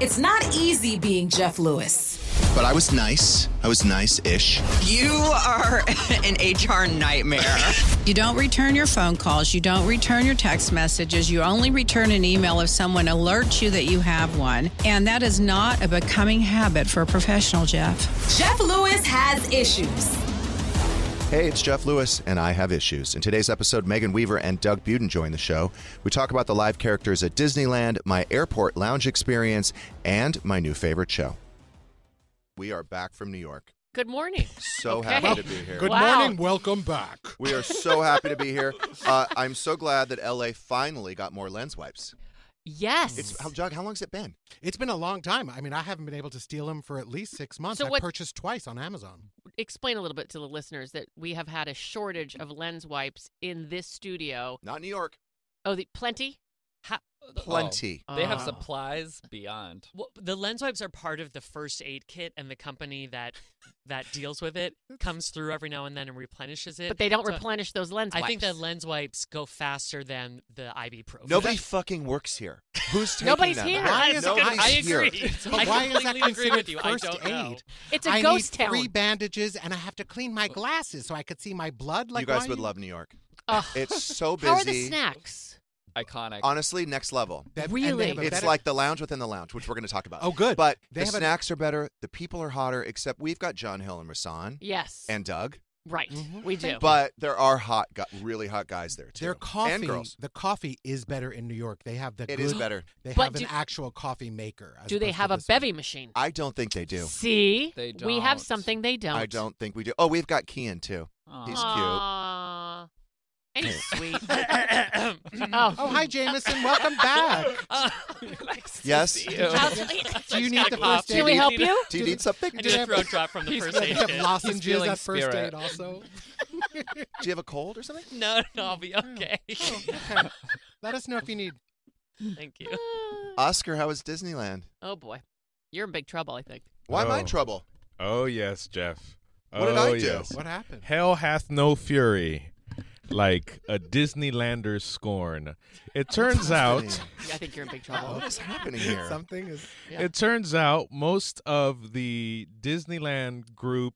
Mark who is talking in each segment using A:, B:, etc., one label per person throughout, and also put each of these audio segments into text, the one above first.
A: It's not easy being Jeff Lewis.
B: But I was nice. I was nice ish.
C: You are an HR nightmare.
D: You don't return your phone calls. You don't return your text messages. You only return an email if someone alerts you that you have one. And that is not a becoming habit for a professional, Jeff.
A: Jeff Lewis has issues.
B: Hey, it's Jeff Lewis, and I have issues. In today's episode, Megan Weaver and Doug Buden join the show. We talk about the live characters at Disneyland, my airport lounge experience, and my new favorite show. We are back from New York.
E: Good morning.
B: So
E: Okay.
B: happy to be here.
F: Good
E: Wow.
F: morning. Welcome back.
B: We are so happy to be here. Uh, I'm so glad that LA finally got more lens wipes.
E: Yes.
B: It's how, Doug, how long has it been?
F: It's been a long time. I mean, I haven't been able to steal them for at least six months.
E: So
F: I
E: what-
F: purchased twice on Amazon.
E: Explain a little bit to the listeners that we have had a shortage of lens wipes in this studio.
B: Not New York.
E: Oh, the plenty. Ha-
B: Plenty.
G: They have
E: Oh.
G: supplies beyond.
H: Well, the lens wipes are part of the first aid kit, and the company that that deals with it comes through every now and then and replenishes it.
E: But they don't
H: So
E: replenish those lens
H: I
E: wipes.
H: think the lens wipes go faster than the ibuprofen.
B: Nobody fucking works here. Who's taking
E: Nobody's
B: them?
E: here.
F: Why
H: I,
F: is-
B: Nobody's
H: I
B: here.
H: agree.
F: But
H: I
F: why is that
H: completely agree
F: considered
H: with you.
F: first
H: I don't
F: aid?
H: know.
E: It's a
F: I
E: ghost
F: need
E: town.
F: three bandages, and I have to clean my glasses so I could see my blood. Like
B: you guys
F: why
B: would love New York.
E: Ugh.
B: It's so busy.
E: How are the snacks?
G: Iconic.
B: Honestly, next level.
F: That- and they
E: Really?
F: have a
B: It's
F: better-
B: like the lounge within the lounge, which we're going to talk about.
F: Oh, good.
B: But
F: They
B: the
F: have a-
B: snacks are better. The people are hotter, except we've got John Hill and Rasan
E: Yes.
B: and Doug.
E: right.
H: Mm-hmm.
F: Mhm.
E: We do.
B: But there are hot, gu really hot guys there too.
F: Their coffee,
B: and girls.
F: the coffee is better in New York. They have the
B: It
F: good-
B: is better.
F: They
E: But
F: have
E: do-
F: an actual coffee maker. as
E: do they
F: opposed to
E: have a
F: this one.
E: bevy machine?
B: I don't think they do.
E: See,
G: They
E: we have
G: don't.
E: something they don't.
B: I don't think we do. Oh, we've got Kian too.
G: Aw.
B: He's
E: Aw. And he's sweet.
F: Oh,
E: oh.
F: hi, Jameson. Welcome back.
B: cute. Yes.
E: How's-
F: Do you need the
H: Cough.
F: first aid?
E: Can we help you?
B: Do you need something?
H: I
B: Do
H: need
B: you
H: a
B: have,
H: throat drop from the
F: He's-
H: first aid
F: you have
H: kit.
G: He's
F: lozenges
G: feeling
F: at first
G: spirit.
F: aid also.
B: do you have a cold or something?
H: No, no, I'll be
E: Mm.
H: okay.
F: Okay. Let us know if you need
H: Thank you.
B: Oscar, how was Disneyland?
E: Oh boy, you're in big trouble. I think.
B: Why am I in
I: Oh.
B: trouble?
I: Oh yes, Jeff.
B: What did
I: oh,
B: I do?
I: Yes.
F: what happened.
I: Hell hath no fury, like a Disneylander's scorn. It
E: Oh,
I: turns out.
E: I think you're in big trouble.
B: What is happening here?
F: Something is
E: Yeah.
I: It turns out most of the Disneyland group,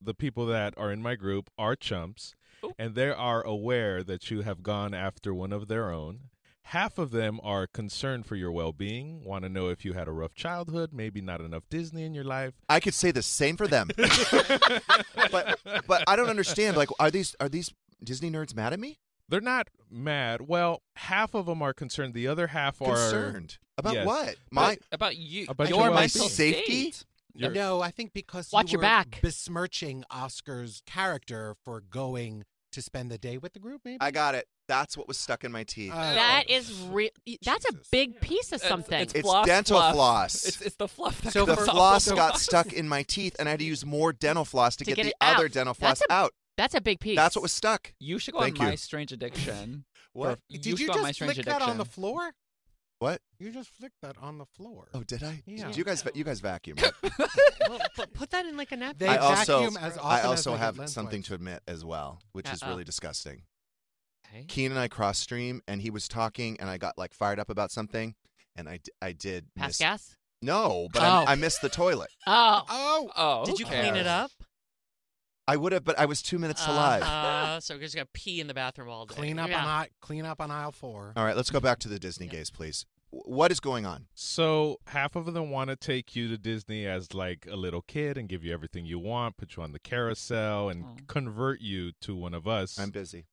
I: the people that are in my group, are chumps, and they are aware that you have gone after one of their own. Half of them are concerned for your well being, want to know if you had a rough childhood, maybe not enough Disney in your life.
B: I could say the same for them. but but I don't understand. Like, are these are these Disney nerds mad at me?
I: They're not mad. Well, half of them are concerned. The other half are
B: Concerned about
I: Yes.
B: what? My
G: about you.
I: About
G: your
I: your
G: mental
I: well-being.
B: Safety?
G: state.
I: You're-
F: Uh, no, I think because
E: Watch
F: you
E: your
F: were
E: back.
F: besmirching Oscar's character for going to spend the day with the group. Maybe
B: I got it. That's what was stuck in my teeth.
F: Uh,
E: That is real. That's a
F: Jesus.
E: big piece of
G: It's-
E: something.
B: It's dental floss.
G: It's, it's the fluff. That
F: So
B: the
G: comes off
B: floss
G: the
B: got
G: box.
B: stuck in my teeth, and I had to use more dental floss to,
E: To
B: get,
E: get
B: the
E: it out.
B: other dental
E: That's
B: floss
E: a
B: out.
E: That's a big piece.
B: That's what was stuck.
G: You should go
B: Thank
G: on
B: you.
G: My Strange Addiction.
B: What?
G: Or You
F: Did
G: should
F: you
G: go on My
F: just
G: Strange
F: flick
G: Addiction.
F: that on the floor?
B: What?
F: You just flicked that on the floor.
B: Oh, did I?
F: Yeah.
B: Did you guys va- you guys vacuum? right?
H: Well, but put that in like a napkin.
F: They
B: I also
F: vacuum as often
B: I
F: as
B: also
F: they get
B: have
F: lens
B: something
F: wipes.
B: to admit as well, which is
E: Uh-oh.
B: really disgusting.
H: Okay.
B: Keen and I cross stream, and he was talking, and I got like fired up about something, and I d- I did
E: pass
B: miss-
E: gas.
B: No, but I,
E: Oh.
B: I missed the toilet.
E: Oh,
F: Oh,
G: Oh,
H: Did
G: who
H: you
G: cares?
H: clean it up?
B: I would have, but I was two minutes to
E: Uh-huh.
B: live.
H: Uh, so just gonna pee in the bathroom all day.
F: clean up
E: Yeah.
F: on aisle, clean up on aisle four.
B: All right, let's go back to the Disney gaze, please. W- What is going on?
I: So half of them want to take you to Disney as like a little kid and give you everything you want, put you on the carousel, and
G: Aw.
I: convert you to one of us.
B: I'm busy.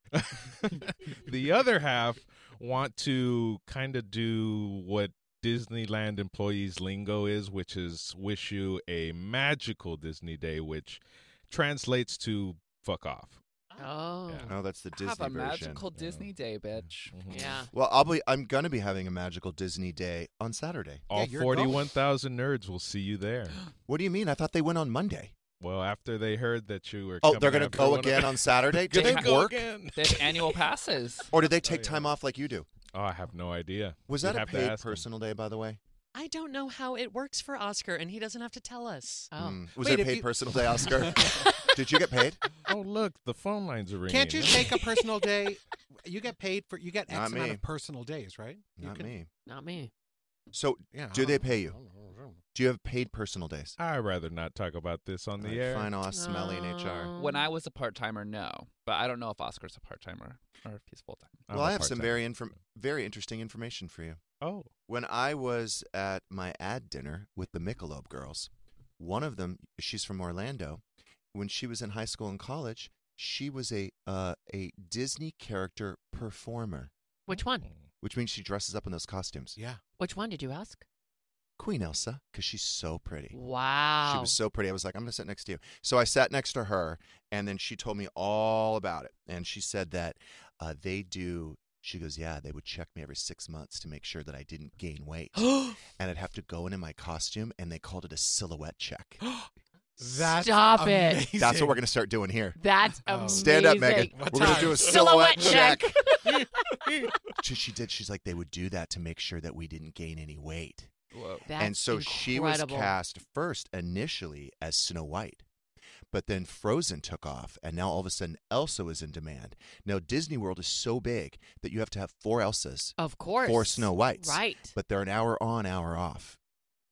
I: the other half want to kind of do what Disneyland employees lingo is, which is wish you a magical Disney day, which translates to fuck off.
E: Oh.
B: No, that's the Disney
G: Have a
B: version.
G: magical Disney day, bitch.
I: Mm-hmm.
E: Yeah.
B: Well, I'll be. I'm gonna be having a magical Disney day on Saturday.
I: All 41,000 nerds will see you there.
B: What do you mean? I thought they went on Monday.
I: Well, after they heard that you were.
B: Oh, they're
I: coming
B: gonna
I: after
B: go
I: one
B: again
I: of-
B: on Saturday? Do they
I: go
B: work?
I: again.
G: They have annual passes.
B: Or did they take time off like you do?
I: Oh, I have no idea.
B: Was
I: You'd
B: that a
I: have to
B: paid
I: ask them.
B: personal day, by the way?
H: I don't know how it works for Oscar, and he doesn't have to tell us.
E: Oh.
B: Mm. Was
F: Wait,
B: it a
F: if
B: paid
F: you-
B: personal day, Oscar? Did you get paid?
I: Oh, look, the phone lines are ringing.
F: Can't you take a personal day? You get paid for you get X
B: Not
F: amount
B: me.
F: of personal days, right? You
B: Not
F: can-
B: me.
E: Not me.
B: So,
F: Yeah.
B: do
I: um,
B: they pay you? Do you have paid personal days?
I: I'd rather not talk about this on the
B: Alright,
I: air.
B: Fine, I'll ask Smelly and
E: Oh.
B: HR.
E: Um.
G: When I was a part timer, no, but I don't know if Oscar's a part timer or if he's full time.
I: I'm
B: well,
I: a
B: I have some
I: part-timer.
B: very inform- very interesting information for you.
I: Oh,
B: When I was at my ad dinner with the Michelob girls, one of them, she's from Orlando. When she was in high school and college, she was a uh, a Disney character performer,
E: Which one?
B: which means she dresses up in those costumes.
F: Yeah.
E: Which one did you ask?
B: Queen Elsa, because she's so pretty.
E: Wow.
B: She was so pretty. I was like, I'm going to sit next to you. So I sat next to her, and then she told me all about it. And she said that uh, they do, she goes, Yeah, they would check me every six months to make sure that I didn't gain weight. and I'd have to go in in my costume, and they called it a silhouette check.
F: That's
E: Stop it.
F: amazing.
B: That's what we're going to start doing here.
E: That's
F: Oh.
E: amazing.
B: Stand up, Megan.
F: What
B: we're going to
F: time?
B: do a
E: Silhouette
B: silhouette,
E: check.
B: check. she, she did. She's like, They would do that to make sure that we didn't gain any weight.
G: Whoa.
E: That's
B: and so she was
E: incredible.
B: cast first initially as Snow White, but then Frozen took off, and now all of a sudden Elsa is in demand. Now Disney World is so big that you have to have four Elsas,
E: Of course.
B: four Snow Whites,
E: Right.
B: But they're an hour on, hour off.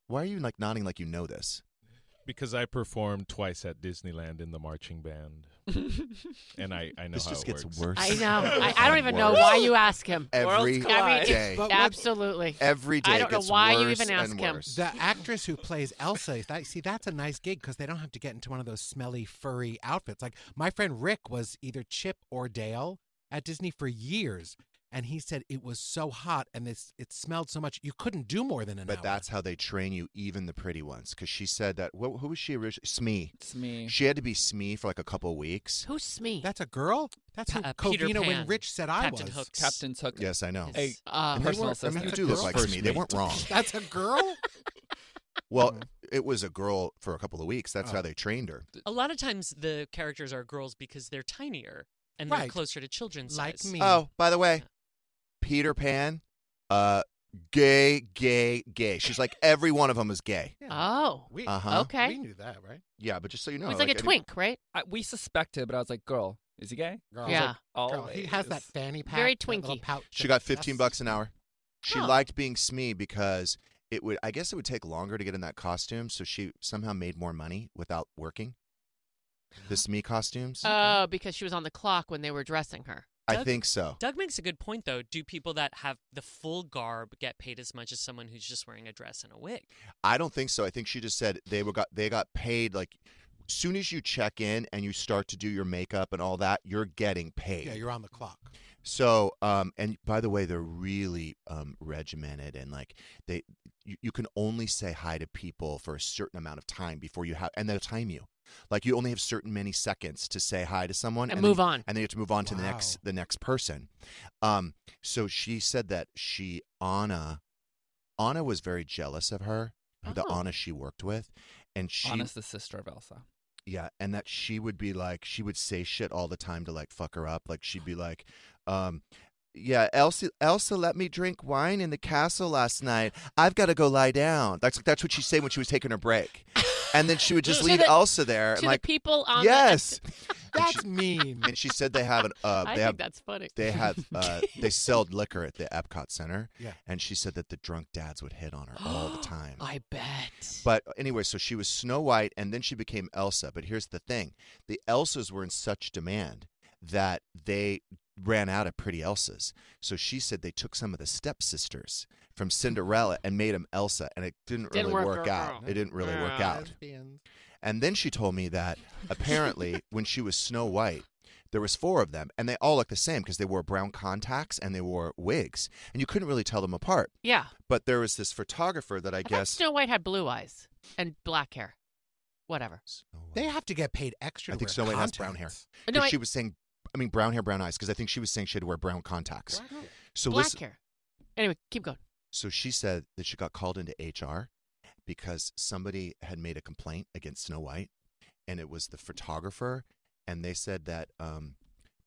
B: Why are you like nodding like you know this?
I: because I performed twice at Disneyland in the marching band, and I I know
B: this
I: how
B: just
I: it
B: gets
I: works.
B: worse.
E: I know. I,
B: and
E: I don't even know
B: worse
E: why you ask him.
B: Every
G: Worlds collide.
B: day.
F: But-
E: Absolutely.
B: Every day
E: I don't know
B: gets
E: why you
B: worse
E: even ask
B: and
E: him.
B: worse.
F: The actress who plays Elsa, that, see, that's a nice gig because they don't have to get into one of those smelly, furry outfits. Like my friend Rick was either Chip or Dale at Disney for years, and he said it was so hot and this it smelled so much you couldn't do more than an
B: But
F: hour.
B: that's how they train you, even the pretty ones. Because she said that. Wh- who was she originally? Smee.
G: It's me.
B: She had to be Smee for like a couple weeks.
E: Who's Smee?
F: that's a girl. That's who
H: Pa- uh, Peter
F: Covina
H: Pan.
F: when Rich said I
H: Captain
F: was.
H: Hook.
G: Captain Hook.
B: Yes, I know.
G: Hey,
E: Uh,
B: And they
G: personal
B: weren't- I mean, you
G: assistant.
B: do look like
I: First
B: Smee. They
I: mate.
B: weren't wrong.
F: That's a girl.
B: Well, it was a girl for a couple of weeks. That's how they trained her.
H: A lot of times the characters are girls because they're tinier and they're
F: Right.
H: closer to children's
F: Like
H: size.
F: me.
B: Oh, by the way, Peter Pan, uh, gay, gay, gay. She's like every one of them is gay.
E: oh.
F: We,
B: Uh-huh.
E: Okay.
F: We knew that, right?
B: Yeah, but just so you know,
E: it's like, a
B: any-
E: twink, right?
G: I, we suspected, but I was like, girl, is he gay?
F: Girl.
E: Yeah.
G: All
F: Girl, he has that fanny pack.
E: Very
F: that little
E: twinky.
F: pouch
B: She
F: that-
B: got 15
F: that's-
B: bucks an hour. She
E: Huh.
B: liked being Smee because it would. I guess it would take longer to get in that costume, so she somehow made more money without working. The Smee costumes.
E: Oh, because she was on the clock when they were dressing her.
B: I
H: Doug-
B: think so.
H: Doug makes a good point, though. Do people that have the full garb get paid as much as someone who's just wearing a dress and a wig?
B: I don't think so. I think she just said they were got they got paid like soon as you check in and you start to do your makeup and all that, you're getting paid.
F: Yeah, you're on the clock.
B: so um and by the way, they're really um regimented and like they you, you can only say hi to people for a certain amount of time before you have and they'll time you. Like you only have certain many seconds to say hi to someone
E: And
B: then-
E: move on.
B: and then you have to move on to the
F: Wow.
B: next the next person. Um so she said that she Anna Anna was very jealous of her, the
E: Oh.
B: Anna she worked with, and she
G: Anna's the sister of Elsa.
B: yeah, and that she would be like she would say shit all the time to like fuck her up. Like she'd be like, um, yeah, Elsa Elsa let me drink wine in the castle last night. I've got to go lie down. That's that's what she'd say when she was taking her break. And then she would just
E: To
B: leave
E: the-
B: Elsa there
E: to
B: and like
E: the people on
B: Yes. and, she,
F: That's mean.
B: and she said they have an uh
E: the. I
B: they
E: think
B: have
E: that's funny.
B: they have uh they sold liquor at the Epcot Center.
F: Yeah.
B: And she said that the drunk dads would hit on her all the time.
E: I bet.
B: But anyway, so she was Snow White and then she became Elsa. But here's the thing the Elsas were in such demand that they ran out of pretty Elsas. So she said they took some of the stepsisters from Cinderella and made them Elsa. And it didn't,
E: Didn't
B: really
E: work
B: work,
E: out.
B: out. It didn't really work
E: Yeah.
B: out. And then she told me that apparently when she was Snow White, There was four of them, and they all looked the same because they wore brown contacts and they wore wigs, and you couldn't really tell them apart.
E: Yeah.
B: But there was this photographer that I,
E: I thought
B: guess
E: Snow White had blue eyes and black hair. Whatever.
F: They have to get paid extra.
B: I
F: to
B: think
F: wear
B: Snow White has brown hair.
F: contacts.
E: No,
B: But
E: I-
B: she was saying, I mean, brown hair, brown eyes, because I think she was saying she had to wear brown contacts. So
E: black
B: listen-
E: hair. Anyway, keep going.
B: So she said that she got called into HR because somebody had made a complaint against Snow White, and it was the photographer, and they said that um,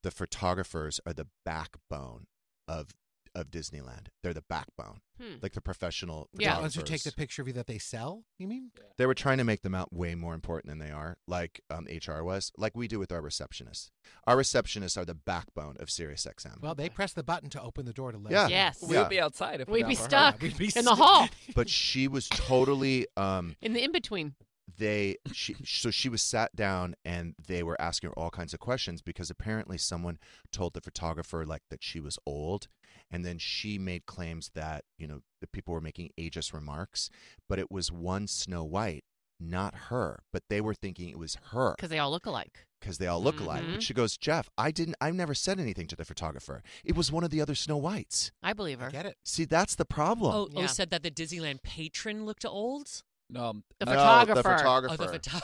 B: the photographers are the backbone of of Disneyland. They're the backbone,
F: Hmm.
B: like the professional.
F: The ones who
B: photographers.
F: take the picture of you that they sell. You mean?
B: They were trying to make them out way more important than they are, like um, HR was, like we do with our receptionists. Our receptionists are the backbone of SiriusXM.
F: Well, they press the button to open the door to let.
B: Yeah.
F: us in.
B: Yes.
G: We'd
B: Yeah.
G: be outside if we
E: We'd
G: got
E: be
G: for her.
E: stuck in the hall,
B: But she was totally. Um,
E: in the in between.
B: they she so she was sat down and they were asking her all kinds of questions because apparently someone told the photographer like that she was old and then she made claims that you know the people were making ageist remarks but it was one snow white not her but they were thinking it was her
E: Because they all look alike.
B: because they all look alike
E: Mhm.
B: but she goes jeff i didn't i never said anything to the photographer it was one of the other snow whites
E: I believe her.
F: get it.
B: see that's the problem
H: oh, oh, said that the Disneyland patron looked old.
G: No, um,
E: The
B: No,
E: photographer.
B: the photographer
H: Oh, the photo-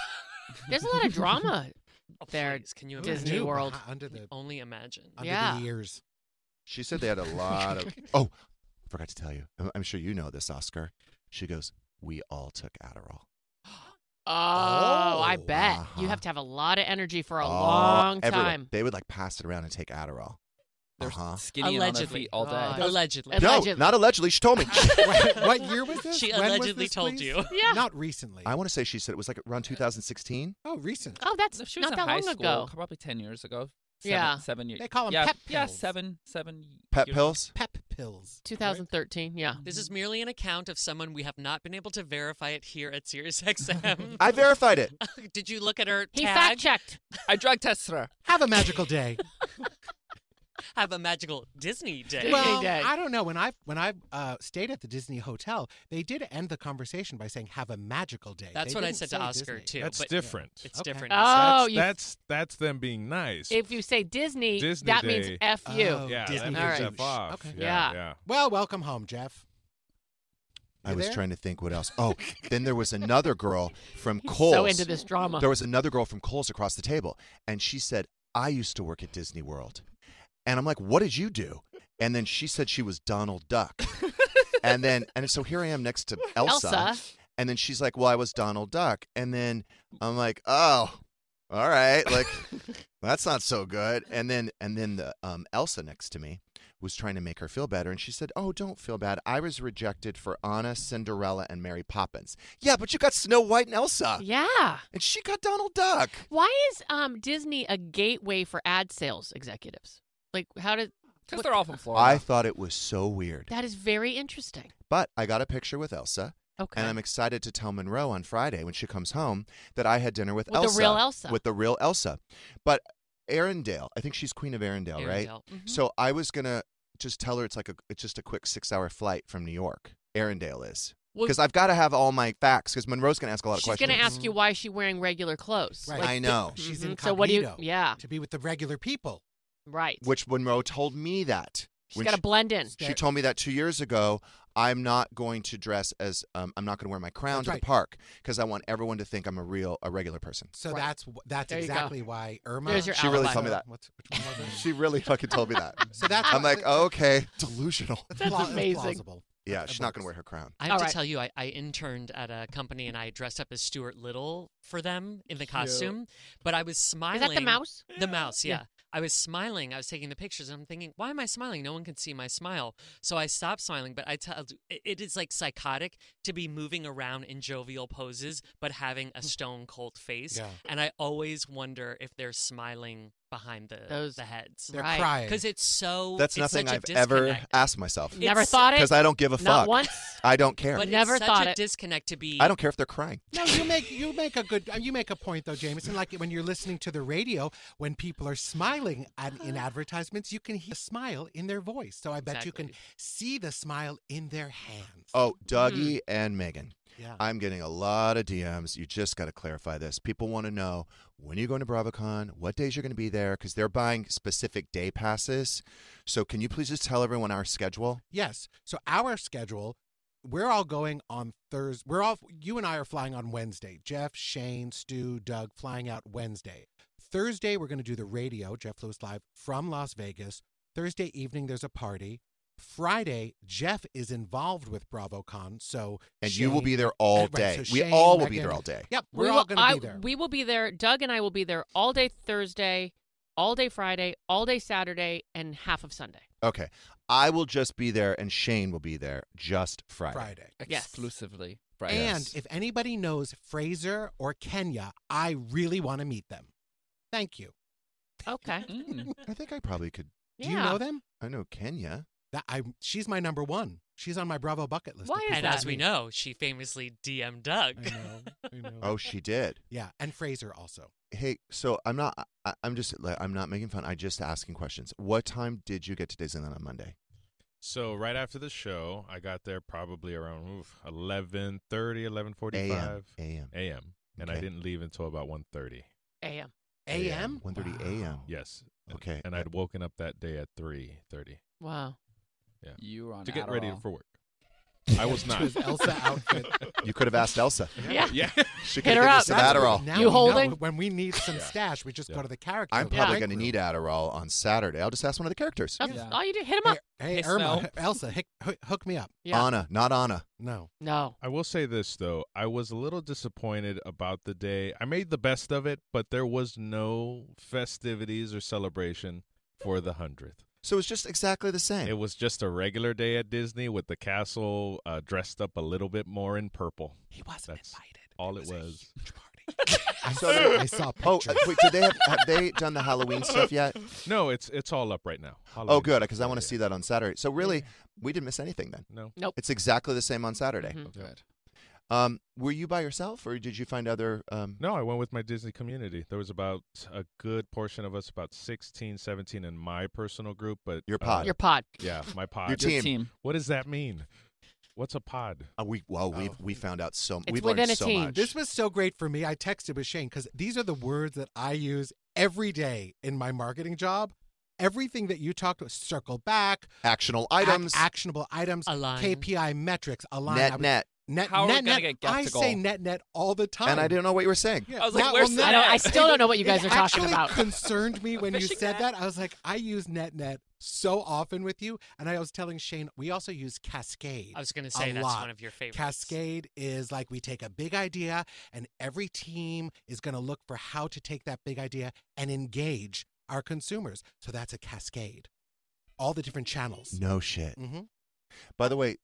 E: There's a lot of drama there.
H: Can you
E: at
H: imagine?
E: Disney World.
F: under the
H: Only imagine.
F: under
E: Yeah.
F: the ears.
B: She said they had a lot of. Oh, I forgot to tell you. I'm- I'm sure you know this, Oscar. She goes, "We all took Adderall.
E: Oh, I
F: Oh,
E: bet
B: uh-huh.
E: you have to have a lot of energy for a
B: All-
E: long
B: everyone.
E: time.
B: They would like pass it around and take Adderall. Uh
G: They're
B: huh.
G: skinny and on their
H: Allegedly.
G: feet all day.
E: God.
H: Allegedly.
B: No,
E: Allegedly.
B: not allegedly. She told me.
F: what, what year was this?
H: She
F: When was
H: allegedly
F: this,
H: told
F: please?
H: you.
E: Yeah.
F: Not recently.
B: I want to say she said it was like around 2016.
F: Oh, recent.
E: Oh, that's
G: So she was in
E: not that
G: high
E: long
G: school,
E: ago.
G: probably ten years ago. Seven,
E: Yeah.
G: seven years.
F: They call 'em
G: yeah,
F: pep
G: Yeah,
F: pills.
G: seven, seven.
B: Pet
G: years.
B: pills.
F: Pep pills.
E: 2013. Yeah.
H: This is merely an account of someone we have not been able to verify it here at SiriusXM.
B: I verified it.
H: Did you look at her
E: He
H: tag?
E: fact checked.
G: I drug tested her.
F: Have a magical day.
H: Have a magical Disney day.
E: Disney
F: well,
E: day.
F: I don't know. When I when I uh, stayed at the Disney hotel, they did end the conversation by saying "Have a magical day."
H: That's
F: They
H: what I
F: didn't
H: said to
F: say
H: Oscar
F: Disney.
H: too.
I: That's
H: but
I: different.
H: It's
F: Okay.
H: different.
E: Oh,
I: that's,
E: you,
I: that's that's them being nice.
E: if you say Disney,
I: Disney
E: that means
I: Day.
E: F you.
F: Oh.
I: yeah,
F: Disney
I: that
E: All
I: gives
E: right.
I: F off.
F: Okay.
I: Yeah,
E: Yeah.
I: yeah.
F: Well, welcome home, Jeff.
B: I
F: You
B: was
F: there?
B: trying to think what else. Oh, then there was another girl from
E: He's
B: Kohl's.
E: so into this drama.
B: There was another girl from Kohl's across the table, and she said, I used to work at Disney World. And I'm like, what did you do? And then she said she was Donald Duck. and then, and so here I am next to Elsa,
E: Elsa.
B: And then she's like, well, I was Donald Duck. And then I'm like, oh, all right. Like, that's not so good. And then, and then the um, Elsa next to me was trying to make her feel better. And she said, oh, don't feel bad. I was rejected for Anna, Cinderella, and Mary Poppins. Yeah, but you got Snow White and Elsa.
E: Yeah.
B: And she got Donald Duck.
E: Why is um, Disney a gateway for ad sales executives? Like, how did
G: Because
E: what-
G: they're all from Florida.
B: I thought it was so weird.
E: That is very interesting.
B: But I got a picture with Elsa.
E: Okay.
B: And I'm excited to tell Monroe on Friday when she comes home that I had dinner with,
E: With the
B: Elsa.
E: real Elsa.
B: With the real Elsa. But Arendelle, I think she's Queen of Arendelle, right?
H: Arendelle,
E: Mm-hmm.
H: mhm.
B: So I was going to just tell her it's like a it's just a quick 6-hour flight from New York. Arendelle is.
E: Well-
B: Because I've got to have all my facts because Monroe's going to ask a lot of
E: She's
B: questions.
E: going to ask you why is she wearing regular clothes.
F: Right.
E: Like,
B: I know.
F: She's
E: Mhm.
F: incognito.
E: So what do you- yeah.
F: To be with the regular people.
E: right.
B: Which Monroe told me that.
E: She's
B: when
E: got to
B: she-
E: blend in.
B: She told me that two years ago. I'm not going to dress as um, I'm not going to wear my crown
F: That's
B: to
F: right.
B: the park because I want everyone to think I'm a real, a regular person.
F: So
E: Right.
F: that's wh- that's
E: There you go.
F: exactly why Irma.
E: There's your
B: She really
E: alibi.
B: told me that.
F: What's, which one was it?
B: She really fucking told me that.
F: So that's
B: I'm
F: why-
B: like, okay, delusional.
F: that's,
E: That's
F: pla-
E: amazing.
F: plausible.
B: Yeah,
F: That-
B: she's
F: that
B: not going to wear
F: works.
B: her crown.
H: I have
E: All
H: to
E: right.
H: tell you, I, I interned at a company and I dressed up as Stuart Little for them in the costume. But I was
E: Is
H: smiling.
E: that the mouse?
H: The mouse, yeah.
E: Yeah.
H: I was smiling. I was taking the pictures and I'm thinking, why am I smiling? No one can see my smile. So I stopped smiling. But I tell it- it is like psychotic to be moving around in jovial poses, but having a stone cold face.
F: Yeah.
H: And I always wonder if they're smiling behind the,
E: Those-
H: the heads.
F: They're
E: Right.
F: crying.
H: Because it's so.
B: That's
H: it's
E: It's
B: nothing
H: such a
B: I've ever
H: disconnect.
B: asked myself
E: Never
H: It's-
E: thought it.
B: because I don't give a
E: Not
B: fuck.
E: once.
B: I don't care.
H: But
E: Never
H: it's such
E: thought
H: a
E: it.
H: disconnect to be.
B: I don't care if they're crying.
F: No, you make you make a good you make a point though, Jameson. Like when you're listening to the radio, when people are smiling at, in
E: Uh-huh.
F: advertisements, you can hear a smile in their voice. So I bet you can see the smile in their hands.
B: Oh, Dougie
H: Mm.
B: and Megan.
F: Yeah.
B: I'm getting a lot of DMs. You just got to clarify this. People want to know when you're going to BravoCon, what days you're going to be there, because they're buying specific day passes. So, can you please just tell everyone our schedule?
F: Yes. So our schedule, we're all going on Thursday. We're all you and I are flying on Wednesday. Jeff, Shane, Stu, Doug flying out Wednesday. Thursday we're going to do the radio, Jeff Lewis live from Las Vegas. Thursday evening there's a party. Friday, Jeff is involved with BravoCon, so
B: And you will
F: Shane-
B: be there all
F: Right, so
B: day. we
F: Shane,
B: all will be
F: Megan-
B: there all day.
F: Yep, we're
E: we
F: all
E: will-
F: going to
E: I-
F: be there.
E: We will be there. Doug and I will be there all day Thursday, all day Friday, all day Saturday, and half of Sunday.
B: Okay. I will just be there, and Shane will be there just Friday.
F: Friday.
E: Yes.
G: Exclusively. Friday.
F: And if anybody knows Fraser or Kenya, I really want to meet them. Thank you.
E: Okay.
G: Mm.
B: I think I probably could.
F: Do you know
E: Yeah.
F: them?
B: I know Kenya.
F: That I she's my number one. She's on my Bravo bucket list.
E: Why
F: of
E: is
F: people
H: And
F: to
E: that?
H: as we
F: meet.
H: know, she famously DM
F: I
I: Mm.
H: Doug.
F: know. I know.
B: Oh, she did.
F: Yeah, and Fraser also.
B: Hey, so I'm not. I, I'm just. like, I'm not making fun. I'm just asking questions. What time did you get to Disneyland on Monday?
I: So right after the show, I got there probably around oof, 11.30, 11.45
B: A.M. A.M.
I: a.m. And I
B: Okay.
I: didn't leave until about 1.30.
E: AM.
F: A.M.
B: 1:30 a.m.
I: Yes. And-
B: Okay.
I: And I'd woken up that day at 3.30
E: Wow.
G: you were on
I: to get
G: Adderall.
I: ready for work. I was not.
F: His Elsa outfit.
B: You could have asked Elsa.
E: Yeah.
I: yeah.
B: She
E: Hit
B: could have given
E: her
B: you
E: up.
B: some
F: That's what-
B: Adderall.
F: Now
E: You
F: we know
E: holding?
F: When we need some
I: Yeah.
F: stash, we just
I: Yeah.
F: go to the character.
B: I'm
F: the
B: probably
F: break
B: going to
F: room.
B: need Adderall on Saturday. I'll just ask one of the characters.
E: That's
G: Yeah.
E: all you do. Hit him
F: Hey,
E: up.
F: hey
G: Hey,
F: Irma, Elsa, hick, hook, hook me up.
E: Yeah.
B: Anna, not Anna.
F: No.
E: No.
I: I will say this though, I was a little disappointed about the day. I made the best of it, but there was no festivities or celebration for the hundredth.
B: So it's just exactly the same.
I: It was just a regular day at Disney with the castle uh, dressed up a little bit more in purple.
F: He wasn't
I: That's
F: invited.
I: all it
F: a
I: was.
F: huge party. I, saw, I saw
B: oh,
F: pictures.
B: uh, wait, did they have, have they done the Halloween stuff yet?
I: No, it's it's all up right now.
B: Oh, good, because I want to see that on Saturday. So really, we didn't miss anything then.
I: No.
B: It's exactly the same on Saturday.
E: Mm-hmm.
G: Good.
B: Um, were you by yourself, or did you find other? Um,
I: No, I went with my Disney community. There was about a good portion of us, about 16, 17 in my personal group, but
B: Your
I: uh,
B: pod.
E: Your pod.
I: yeah, my pod.
B: Your team.
G: Your team.
I: What does that mean? What's a pod?
B: Uh, we well, we we found out so
E: It's
B: we've
E: within
B: learned
E: a
B: so
E: team.
B: much.
F: This was so great for me. I texted with Shane because these are the words that I use every day in my marketing job. Everything that you talked about, circle back,
B: Actional
F: ac-
B: items.
F: actionable items,
H: Align.
F: KPI metrics, align. I
B: net
F: was-
B: net.
F: net,
G: How are we
F: net,
G: gonna
F: net.
G: get guest
F: I
G: to goal?
F: say net, net all the time.
B: And I didn't know what you were saying.
F: Yeah,
G: I was like,
F: that
G: where's
F: will
G: the
F: net-
E: I, don't, I still don't know what you guys are
F: it
E: talking
F: actually
E: about.
F: concerned me when you
G: Fishing
F: said
G: net.
F: that. I was like, I use net, net so often with you, and I was telling Shane we also use Cascade.
H: I was going
F: a
H: to say that's
F: lot.
H: one of your favorites.
F: Cascade is like we take a big idea, and every team is going to look for how to take that big idea and engage our consumers. So that's a cascade. All the different channels.
B: No shit.
F: hmm
B: By the way,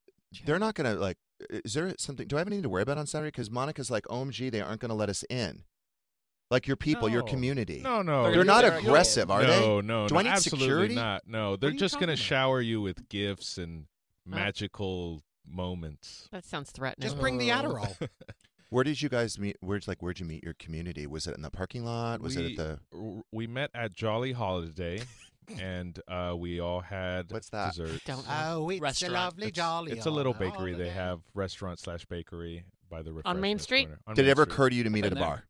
B: they're not gonna like. Is there something? Do I have anything to worry about on Saturday? Because Monica's like, OMG, they aren't gonna let us in. Like your people, your
I: No.
B: community.
I: No, no.
B: They're not
G: They're-
B: aggressive, are
I: no,
B: they?
I: No, no.
B: Do I need
I: absolutely
B: security?
I: not. No, they're
F: are you
I: just going to
F: talking about?
I: shower you with gifts and
E: Huh?
I: magical moments.
E: That sounds threatening.
F: Just bring
I: Uh,
F: the Adderall.
B: Where did you guys meet? Where's like where'd you meet your community? Was it in the parking lot? Was it at the?
I: the? We met at Jolly Holiday, and uh, we all had
B: What's that?
I: Dessert.
E: Don't know.
F: oh, it's
H: Restaurant.
F: a lovely
I: It's,
F: jolly.
I: it's a little
F: holiday.
I: bakery. They have restaurant slash bakery by the
E: Oh, On Main
I: refreshment
E: Street?
I: corner. On
B: Did it
I: Main
B: ever
I: Street.
B: occur to you to meet at
G: Been
B: a
G: there.
B: bar?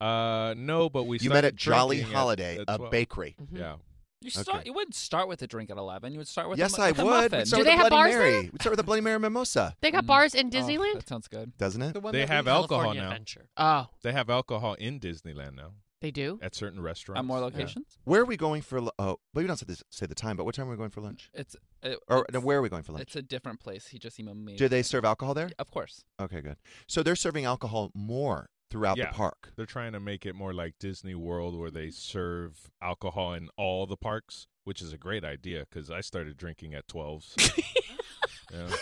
I: Uh, no, but we
B: you met
I: started
B: at Jolly
I: drinking at-
B: Holiday,
I: at
B: a
I: 12.
B: bakery.
E: Mhm.
I: Yeah.
G: You
B: Okay.
G: start. You wouldn't start with a drink at eleven. You would start with
B: yes,
G: I
B: I would. We'd
G: Muffin.
B: start
E: Do
B: with
E: they
B: a
E: have
B: Bloody
E: bars
B: Mary.
E: there?
B: We'd start with a Bloody Mary mimosa,
E: They got
G: Mm.
E: bars in
G: Oh,
E: Disneyland?
G: that sounds good.
B: doesn't it?
F: The one
I: They
F: that we
I: have
F: had.
I: alcohol
H: California
I: now.
H: Adventure.
E: oh,
I: They have alcohol in Disneyland now
E: they do?
I: at certain restaurants.
G: At more
I: Yeah.
G: locations.
B: Where are we going for? lu- Oh, but we don't have to say the time. But what time are we going for lunch?
G: It's it,
B: Or
G: it's,
B: no, where are we going for lunch?
G: It's a different place. He just emailed me.
B: Do they serve alcohol there?
G: Of course.
B: Okay, good. So they're serving alcohol more throughout
I: Yeah.
B: the park.
I: They're trying to make it more like Disney World, where they serve alcohol in all the parks, which is a great idea because I started drinking at 12. so- yeah.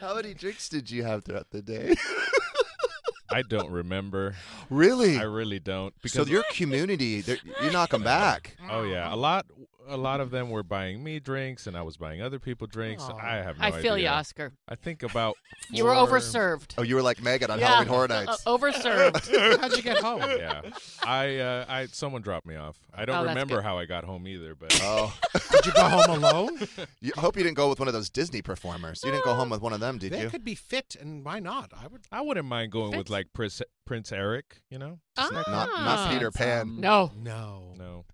B: How many drinks did you have throughout the day?
I: I don't remember.
B: really?
I: I really don't. Because
B: So your community, they're- you knock them back.
I: oh yeah, a lot. Uh, a lot of them were buying me drinks, and I was buying other people drinks.
E: Aw.
I: I have. No
E: I feel
I: idea.
E: you, Oscar.
I: I think about.
E: You were
I: four-
E: overserved.
B: Oh, you were like Megan on
E: Yeah.
B: Halloween Horror Nights.
E: Uh, overserved.
F: How'd you get home?
I: Yeah, I, uh, I someone dropped me off. I
E: Oh,
I: don't
E: that's
I: remember
E: good.
I: how I got home either, but
B: Oh.
F: Did you go home alone?
B: You, I hope you didn't go with one of those Disney performers. You didn't go home with one of them, did
F: they
B: you?
F: could be fit, and why not? I would.
I: I wouldn't mind going with
F: Fits.
I: like Prince, Prince Eric. You know,
E: Uh,
B: Not, not Peter Pan.
E: Ah.
G: um,
E: No.
F: No.
I: No.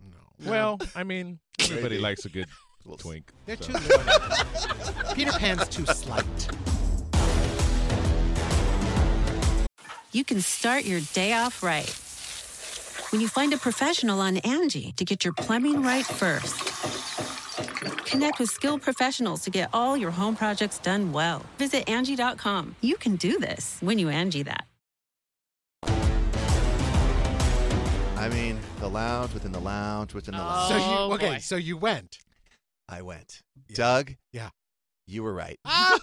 I: Well, I mean, everybody likes a good twink.
F: They're too
I: so.
F: little. Peter Pan's too slight.
J: You can start your day off right when you find a professional on Angie to get your plumbing right first. Connect with skilled professionals to get all your home projects done well. Visit Angie.com. You can do this when you Angie that.
B: I mean, the lounge within the lounge within the lounge.
F: Oh. so
E: Oh,
F: you okay? So you went.
B: I went. Doug,
F: Yeah.
B: you were right.
F: Ah,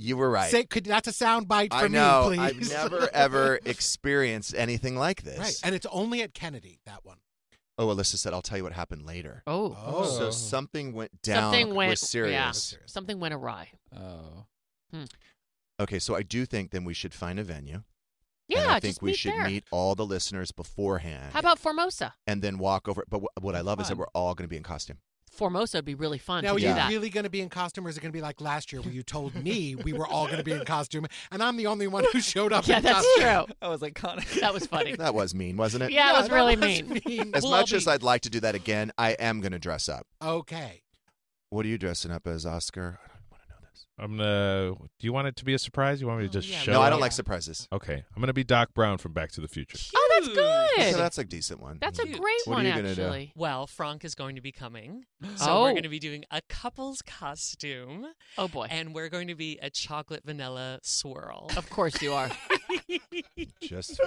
B: You were right.
F: Say, could that's a sound bite
B: I
F: for
B: know.
F: me, please.
B: I've never ever experienced anything like this.
F: Right, and it's only at Kennedy that one.
B: Oh, Alyssa said, "I'll tell you what happened later."
E: Oh.
F: Oh.
B: So something went down.
E: Something went
B: was serious.
E: Yeah, something went awry.
G: Oh.
B: Okay, so I do think then we should find a venue. and
E: Yeah,
B: I think
E: just
B: we
E: meet
B: should
E: there.
B: meet all the listeners beforehand,
E: How about Formosa?
B: and then walk over. But wh- what I love is that
G: Fun.
B: we're all going to be in costume.
E: Formosa would be really fun
F: Now,
E: to
F: are
E: do
F: you
E: that.
F: really going to be in costume, or is it going to be like last year where you told me we were all going to be in costume, and I'm the only one who showed up?
E: yeah,
F: in
E: that's
F: costume?
E: true.
G: That was iconic.
E: That was funny.
B: That was mean, wasn't it?
E: Yeah, it was
F: that
E: really
F: was
E: mean.
B: As
F: We'll all
B: much as
F: be-
B: I'd like to do that again, I am going to dress up.
F: Okay.
B: What are you dressing up as, Oscar? I don't want to know this.
I: I'm gonna. Do you want it to be a surprise? You want me to
E: Oh,
I: just
E: yeah,
I: show?
B: no, I don't
I: up?
B: like surprises.
I: Okay, I'm gonna be Doc Brown from Back to the Future.
E: Oh, that's
B: So
E: good.
B: that's a decent one.
E: That's a
H: Cute.
E: great
B: What are
E: one,
B: you gonna do?
E: actually.
H: Well, Franck is going to be coming. So we're
E: Oh.
H: going to be doing a couple's costume.
E: Oh, boy.
H: And we're going to be a chocolate vanilla swirl.
E: Of course you are.
B: Just,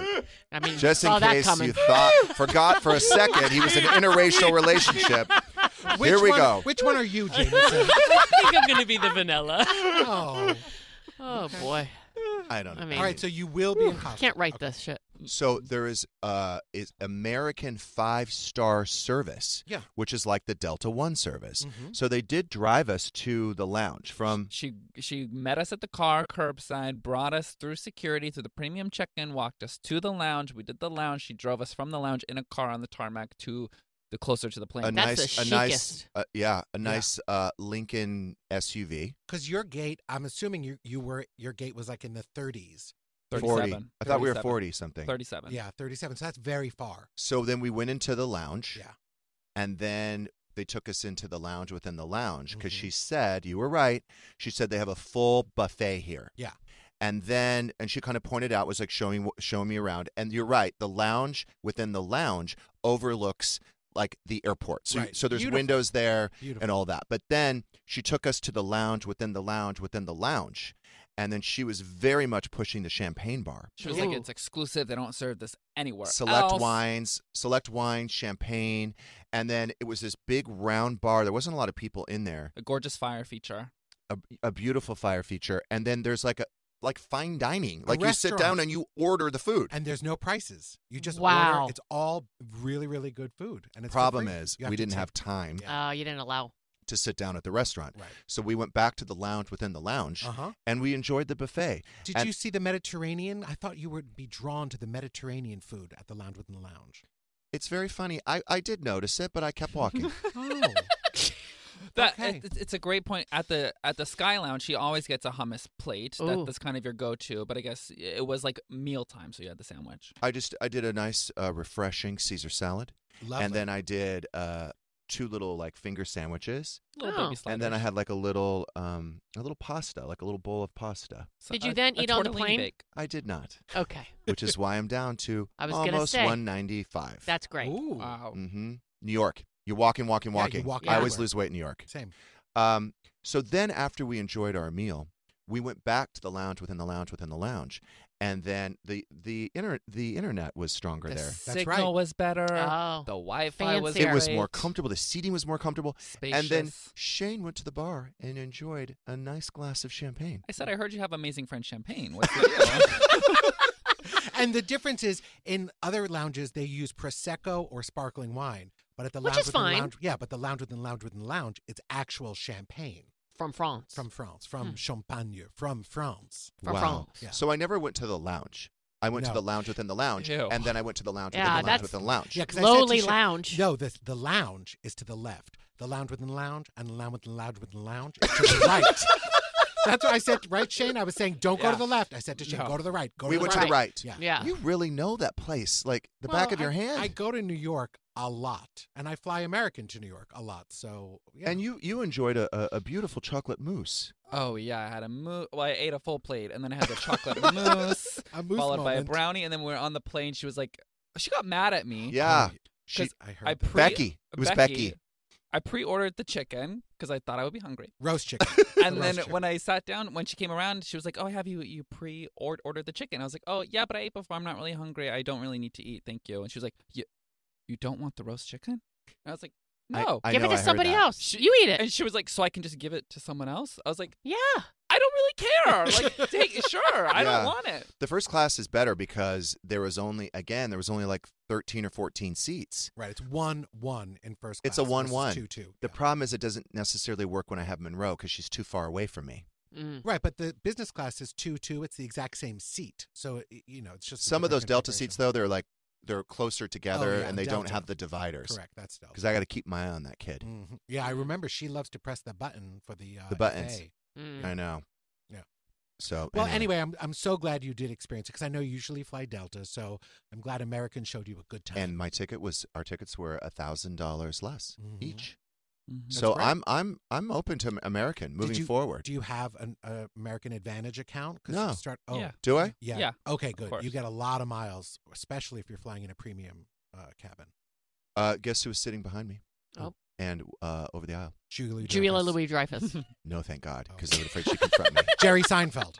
E: I mean,
B: just
E: saw
B: in
E: that
B: case
E: coming.
B: you thought, forgot for a second, he was in an interracial relationship.
F: Which
B: Here we
F: one-
B: go.
F: Which one are you, Jameson?
H: I think I'm going to be the vanilla.
F: oh.
E: oh, boy.
B: I don't know.
E: I mean- mm.
F: All right, so you will be in costume.
E: Can't write this shit.
B: So there is uh is American five star service,
F: Yeah.
B: which is like the Delta One service.
E: Mm-hmm.
B: So they did drive us to the lounge from.
G: She she met us at the car curbside, brought us through security through the premium check-in, walked us to the lounge. We did the lounge. She drove us from the lounge in a car on the tarmac to the closer to the plane.
B: A
E: That's
B: nice,
E: the
B: a nice,
E: chicest.
B: uh, yeah, a nice Uh, Lincoln SUV.
F: Because your gate, I'm assuming you, you were your gate was like in the 30s.
B: 40.
G: 37.
B: I thought we were
G: 37.
B: 40 something.
G: Thirty-seven.
F: Yeah, 37. So that's very far.
B: So then we went into the lounge.
F: Yeah.
B: And then they took us into the lounge within the lounge because
F: Mhm.
B: she said, you were right. She said they have a full buffet here.
F: Yeah.
B: And then, and she kind of pointed out, was like showing showing me around. And you're right, the lounge within the lounge overlooks like the airport. So,
F: Right.
B: so there's
F: Beautiful.
B: windows there
F: Beautiful.
B: and all that. But then she took us to the lounge within the lounge within the lounge. And then she was very much pushing the champagne bar.
G: She was
E: Ooh.
G: like, "It's exclusive. They don't serve this anywhere
B: Select
F: Oh.
G: else."
B: wines, select wines, champagne, and then it was this big round bar. There wasn't a lot of people in there.
G: A gorgeous fire feature.
B: A, a beautiful fire feature, and then there's like a like fine dining.
F: A
B: Like you sit down
F: restaurant.
B: and you order the food.
F: And there's no prices. You just
E: Wow.
F: order. It's all really, really good food. And
B: The
F: it's for
B: problem
F: free.
B: is
F: You
B: we
F: to
B: didn't
F: take-
B: have time
F: Yeah.
E: Uh, you didn't allow.
B: to sit down at the restaurant,
F: Right.
B: so we went back to the lounge within the lounge,
F: Uh-huh.
B: and we enjoyed the buffet.
F: Did
B: And
F: you see the Mediterranean? I thought you would be drawn to the Mediterranean food at the lounge within the lounge.
B: It's very funny. I I did notice it, but I kept walking.
F: Oh.
G: That
F: Okay.
G: it- it's, it's a great point. At the at the Sky Lounge, she always gets a hummus plate.
E: Ooh.
G: That, that's kind of your go-to. But I guess it was like mealtime, so you had the sandwich.
B: I just I did a nice uh, refreshing Caesar salad,
F: Lovely.
B: and then I did uh, two little like finger sandwiches.
G: Little
E: Oh.
G: baby
B: and then I
G: sliders.
B: had like a little um a little pasta, like a little bowl of pasta.
G: So-
E: Did you
G: a-
E: then
G: a
E: eat on the
G: tortellini
E: plane?
G: bake.
B: I did not,
E: Okay.
B: which is why I'm down to
E: I was gonna
B: almost
E: say.
B: 195.
E: That's great.
F: Ooh.
G: Wow.
B: mm-hmm. New York. You're walking, walking,
F: Yeah, you
B: walking.
F: walk
B: I always
F: everywhere.
B: lose weight in New York.
F: Same.
B: Um, so then after we enjoyed our meal, we went back to the lounge within the lounge within the lounge, and then the the inter- the internet was stronger
G: The
B: there.
G: signal
F: right.
G: was better.
E: Oh.
G: The Wi-Fi was.
E: Fancier.
B: It was more
G: great.
B: comfortable. The seating was more comfortable. And then
G: Spacious.
B: Shane went to the bar and enjoyed a nice glass of champagne.
G: I said, I heard you have amazing French champagne. What's the deal?
F: And the difference is in other lounges, they use Prosecco or sparkling wine. But at the
E: Which
F: lounge
E: is
F: within
E: fine.
F: lounge, yeah, but the lounge within lounge within lounge, it's actual champagne
E: from France.
F: From France, from Champagne, from France.
B: wow. So I never went to the lounge. I went to
F: No.
B: the lounge within the lounge, and then I went to the lounge within the lounge within the lounge.
F: Yeah, 'cause I said
E: Lowly
F: to Sha-
E: lounge.
F: No, the the lounge is to the left. The lounge within the lounge and the lounge within the lounge within the lounge is to the right. That's what I said, right, Shane? I was saying, don't go
B: Yeah.
F: to the left. I said to Shane,
B: No.
F: go to the right. Go
B: we
F: to the
B: went
F: right.
B: to the right.
F: Yeah.
B: You really know that place, like the
F: Well,
B: back of
F: I-
B: your hand.
F: I go to New York a lot, and I fly American to New York a lot. So yeah.
B: And you you enjoyed a, a, a beautiful chocolate mousse.
G: Oh yeah, I had a mousse. Well, I ate a full plate, and then I had the chocolate mousse,
F: A mousse
G: followed by a
F: moment.
G: brownie, and then we were on the plane. She was like, she got mad at me.
B: Yeah. Oh,
F: she-
G: 'cause
F: I heard
G: I
F: that.
G: pre-
B: Becky. It was Becky.
G: I pre-ordered the chicken because I thought I would be hungry.
F: roast chicken.
G: And
F: The
G: then
F: roast chicken.
G: when I sat down, when she came around, she was like, "Oh, have you you pre-ordered the chicken?" I was like, "Oh yeah, but I ate before. I'm not really hungry. I don't really need to eat. Thank you." And she was like, "You you don't want the roast chicken?" And I was like,
E: I-
G: "No,
E: I Give it know, to I heard somebody that. else. You eat it."
G: And she was like, "So I can just give it to someone else?" I was like,
E: Yeah.
G: I don't really care. Like, take sure,
B: Yeah.
G: I don't want it.
B: The first class is better because there was only again there was only like thirteen or fourteen seats.
F: right, it's one one in first.
B: It's a
F: class versus
B: one-one.
F: Two
G: Mm-hmm.
F: two.
B: The problem is it doesn't necessarily work when I have Monroe because she's too far away from me.
E: Mm,
F: Right, but the business class is two two. It's the exact same seat. So it- you know, it's just a
B: Some of those
F: different
B: Delta
F: configuration. Oh,
B: seats though they're like they're closer together
F: yeah,
B: and they don't
F: Delta.
B: have the dividers.
F: Correct, that's Delta.
B: Because I got to keep my eye on that kid.
G: Mm-hmm.
F: Mhm. Yeah, I remember she loves to press the button for the uh,
B: The buttons.
F: FA.
B: I know.
F: Yeah.
B: So
F: Mm-hmm. Well, anyway, I'm I'm so glad you did experience it because I know you usually fly Delta, so I'm glad American showed you a good time.
B: and my ticket was our tickets were a thousand dollars less each.
F: Mm-hmm.
G: Mm-hmm.
F: That's
B: So
F: great.
B: I'm I'm I'm open to American
F: Did
B: moving
F: you-
B: forward.
F: Do you have an uh, American Advantage account? 'Cause you
B: No.
F: Start, oh,
B: Yeah. Do I?
F: Yeah.
B: Yeah,
F: Okay,
B: of
F: good.
B: course.
F: You get a lot of miles, especially if you're flying in a premium uh, cabin.
B: Uh, guess who was sitting behind me?
E: Oh.
B: And uh, over the aisle.
F: Julie
E: Julia Louis Dreyfus.
B: No, thank God, because I was afraid she'd confront me.
F: Jerry Seinfeld.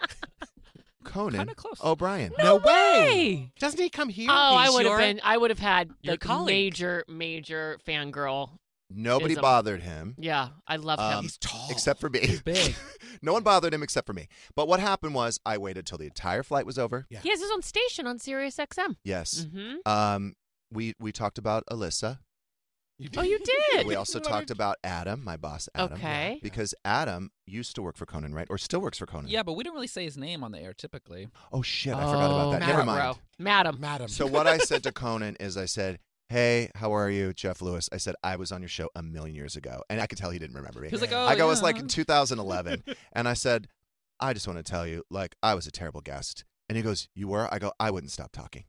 B: Conan.
F: Kinda close.
B: O'Brien.
F: No, way.
E: way!
F: Doesn't he come here?
E: Oh, I
F: He's
E: would have
F: your-
E: been. I would have had
F: your
E: the
F: colleague.
E: major, major fangirl.
B: Nobody
E: Ism.
B: bothered him.
E: Yeah, I love him.
B: Um,
F: Oh,
B: Except for me.
G: big.
B: no one bothered him except for me. But what happened was I waited till the entire flight was over.
E: He has his own station on Sirius XM.
B: Yes.
E: hmm
F: Mm-hmm.
B: Um, we we talked about Alyssa.
E: Oh, you did.
B: We also talked about Adam, my boss Adam.
E: Okay.
B: Because Adam used to work for Conan, right? Or still works for Conan.
G: Yeah, but we don't really say his name on the air typically.
B: Oh shit, I forgot about that. Never mind.
E: Madam.
F: Madam.
B: So what I said to Conan is I said, Hey, how are you, Jeff Lewis? I said, I was on your show a million years ago. And I could tell he didn't remember me.
G: He was like,
B: I
G: "Oh,
B: go, it was like
G: yeah."
B: in 2011. and I said, I just want to tell you, like, I was a terrible guest. And he goes, You were? I go, I wouldn't stop talking.